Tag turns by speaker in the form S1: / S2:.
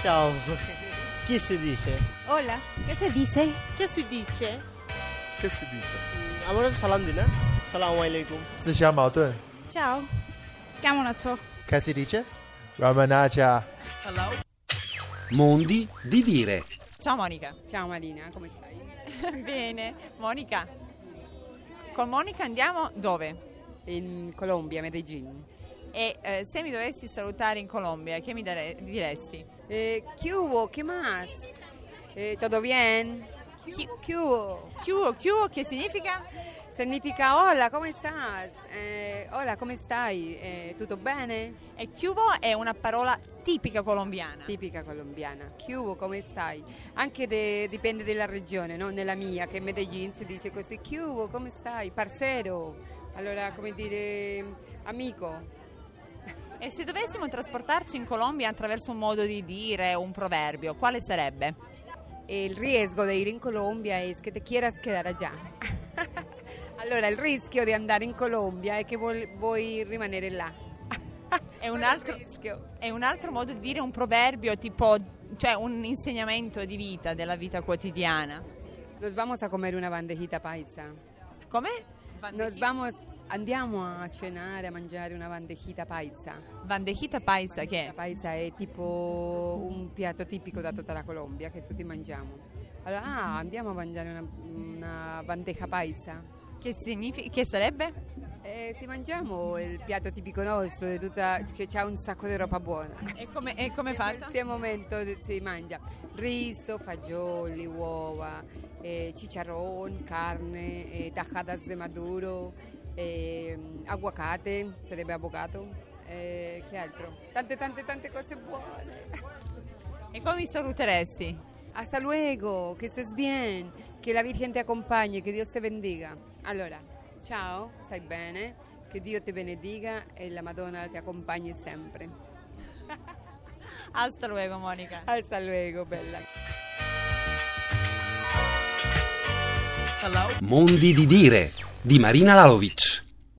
S1: Ciao. Chi si dice?
S2: Hola, ¿qué se dice?
S3: Che si dice?
S1: Che si dice? আমরা সালাম দিই না সালাম আলাইকুম
S4: 自相矛盾。
S2: Ciao. Chiamo la ciò.
S4: Che si dice? Ramanaja.
S5: Mondi di dire.
S6: Ciao Monica.
S7: Ciao Marina, come stai?
S6: Bene. Monica. Con Monica andiamo dove?
S7: In Colombia, Medellin.
S6: E eh, se mi dovessi salutare in Colombia, che mi dare- diresti?
S7: Eh, ¿Qué hubo? ¿Qué más? Eh, ¿Todo bien? ¿Qué hubo? ¿Qué hubo?
S6: Chiuo, chiuo, che significa?
S7: Significa hola, come stai? Eh, hola, come stai? Eh, tutto bene?
S6: E chiuvo è una parola tipica colombiana.
S7: Tipica colombiana. ¿Qué hubo? Come stai? Anche de- dipende dalla regione, no? Nella mia, che è Medellin, si dice così. ¿Qué hubo? Come stai? Parcero. Allora, come dire, amico.
S6: E se dovessimo trasportarci in Colombia attraverso un modo di dire, un proverbio, quale sarebbe?
S7: El riesgo de ir en Colombia es que te quieras quedar allá. allora, il rischio di andare in Colombia è che vuol- vuoi rimanere là.
S6: È un
S7: Quello è il
S6: altro,
S7: rischio.
S6: è un altro modo di dire un proverbio, tipo, cioè un insegnamento di vita, della vita quotidiana.
S7: Nos vamos a comer una bandejita paisa.
S6: Come?
S7: Nos vamos, andiamo a cenare, a mangiare una bandejita paisa.
S6: Bandejita paisa, che
S7: La
S6: è?
S7: paisa è tipo un piatto tipico da tutta la Colombia che tutti mangiamo. Allora, ah, andiamo a mangiare una, una bandeja paisa.
S6: Che, significa, che sarebbe?
S7: Eh, se mangiamo il piatto tipico nostro, di tutta- che c'ha un sacco di roba buona.
S6: E come, e come
S7: In
S6: fatta?
S7: questo momento de- si mangia riso, fagioli, uova, eh, cicciaron, carne, eh, tajadas de maduro, ehm, aguacate, sarebbe avocado. eh, che altro? Tante, tante, tante cose buone.
S6: E come mi saluteresti?
S7: Hasta luego, che estés bien, che la Virgen ti accompagni, che Dio te bendiga. Allora, ciao, stai bene, che Dio ti benedica e la Madonna ti accompagni sempre.
S6: Hasta luego, Monica.
S7: Hasta luego, bella.
S5: Mondi di dire. Di Marina Lalovic.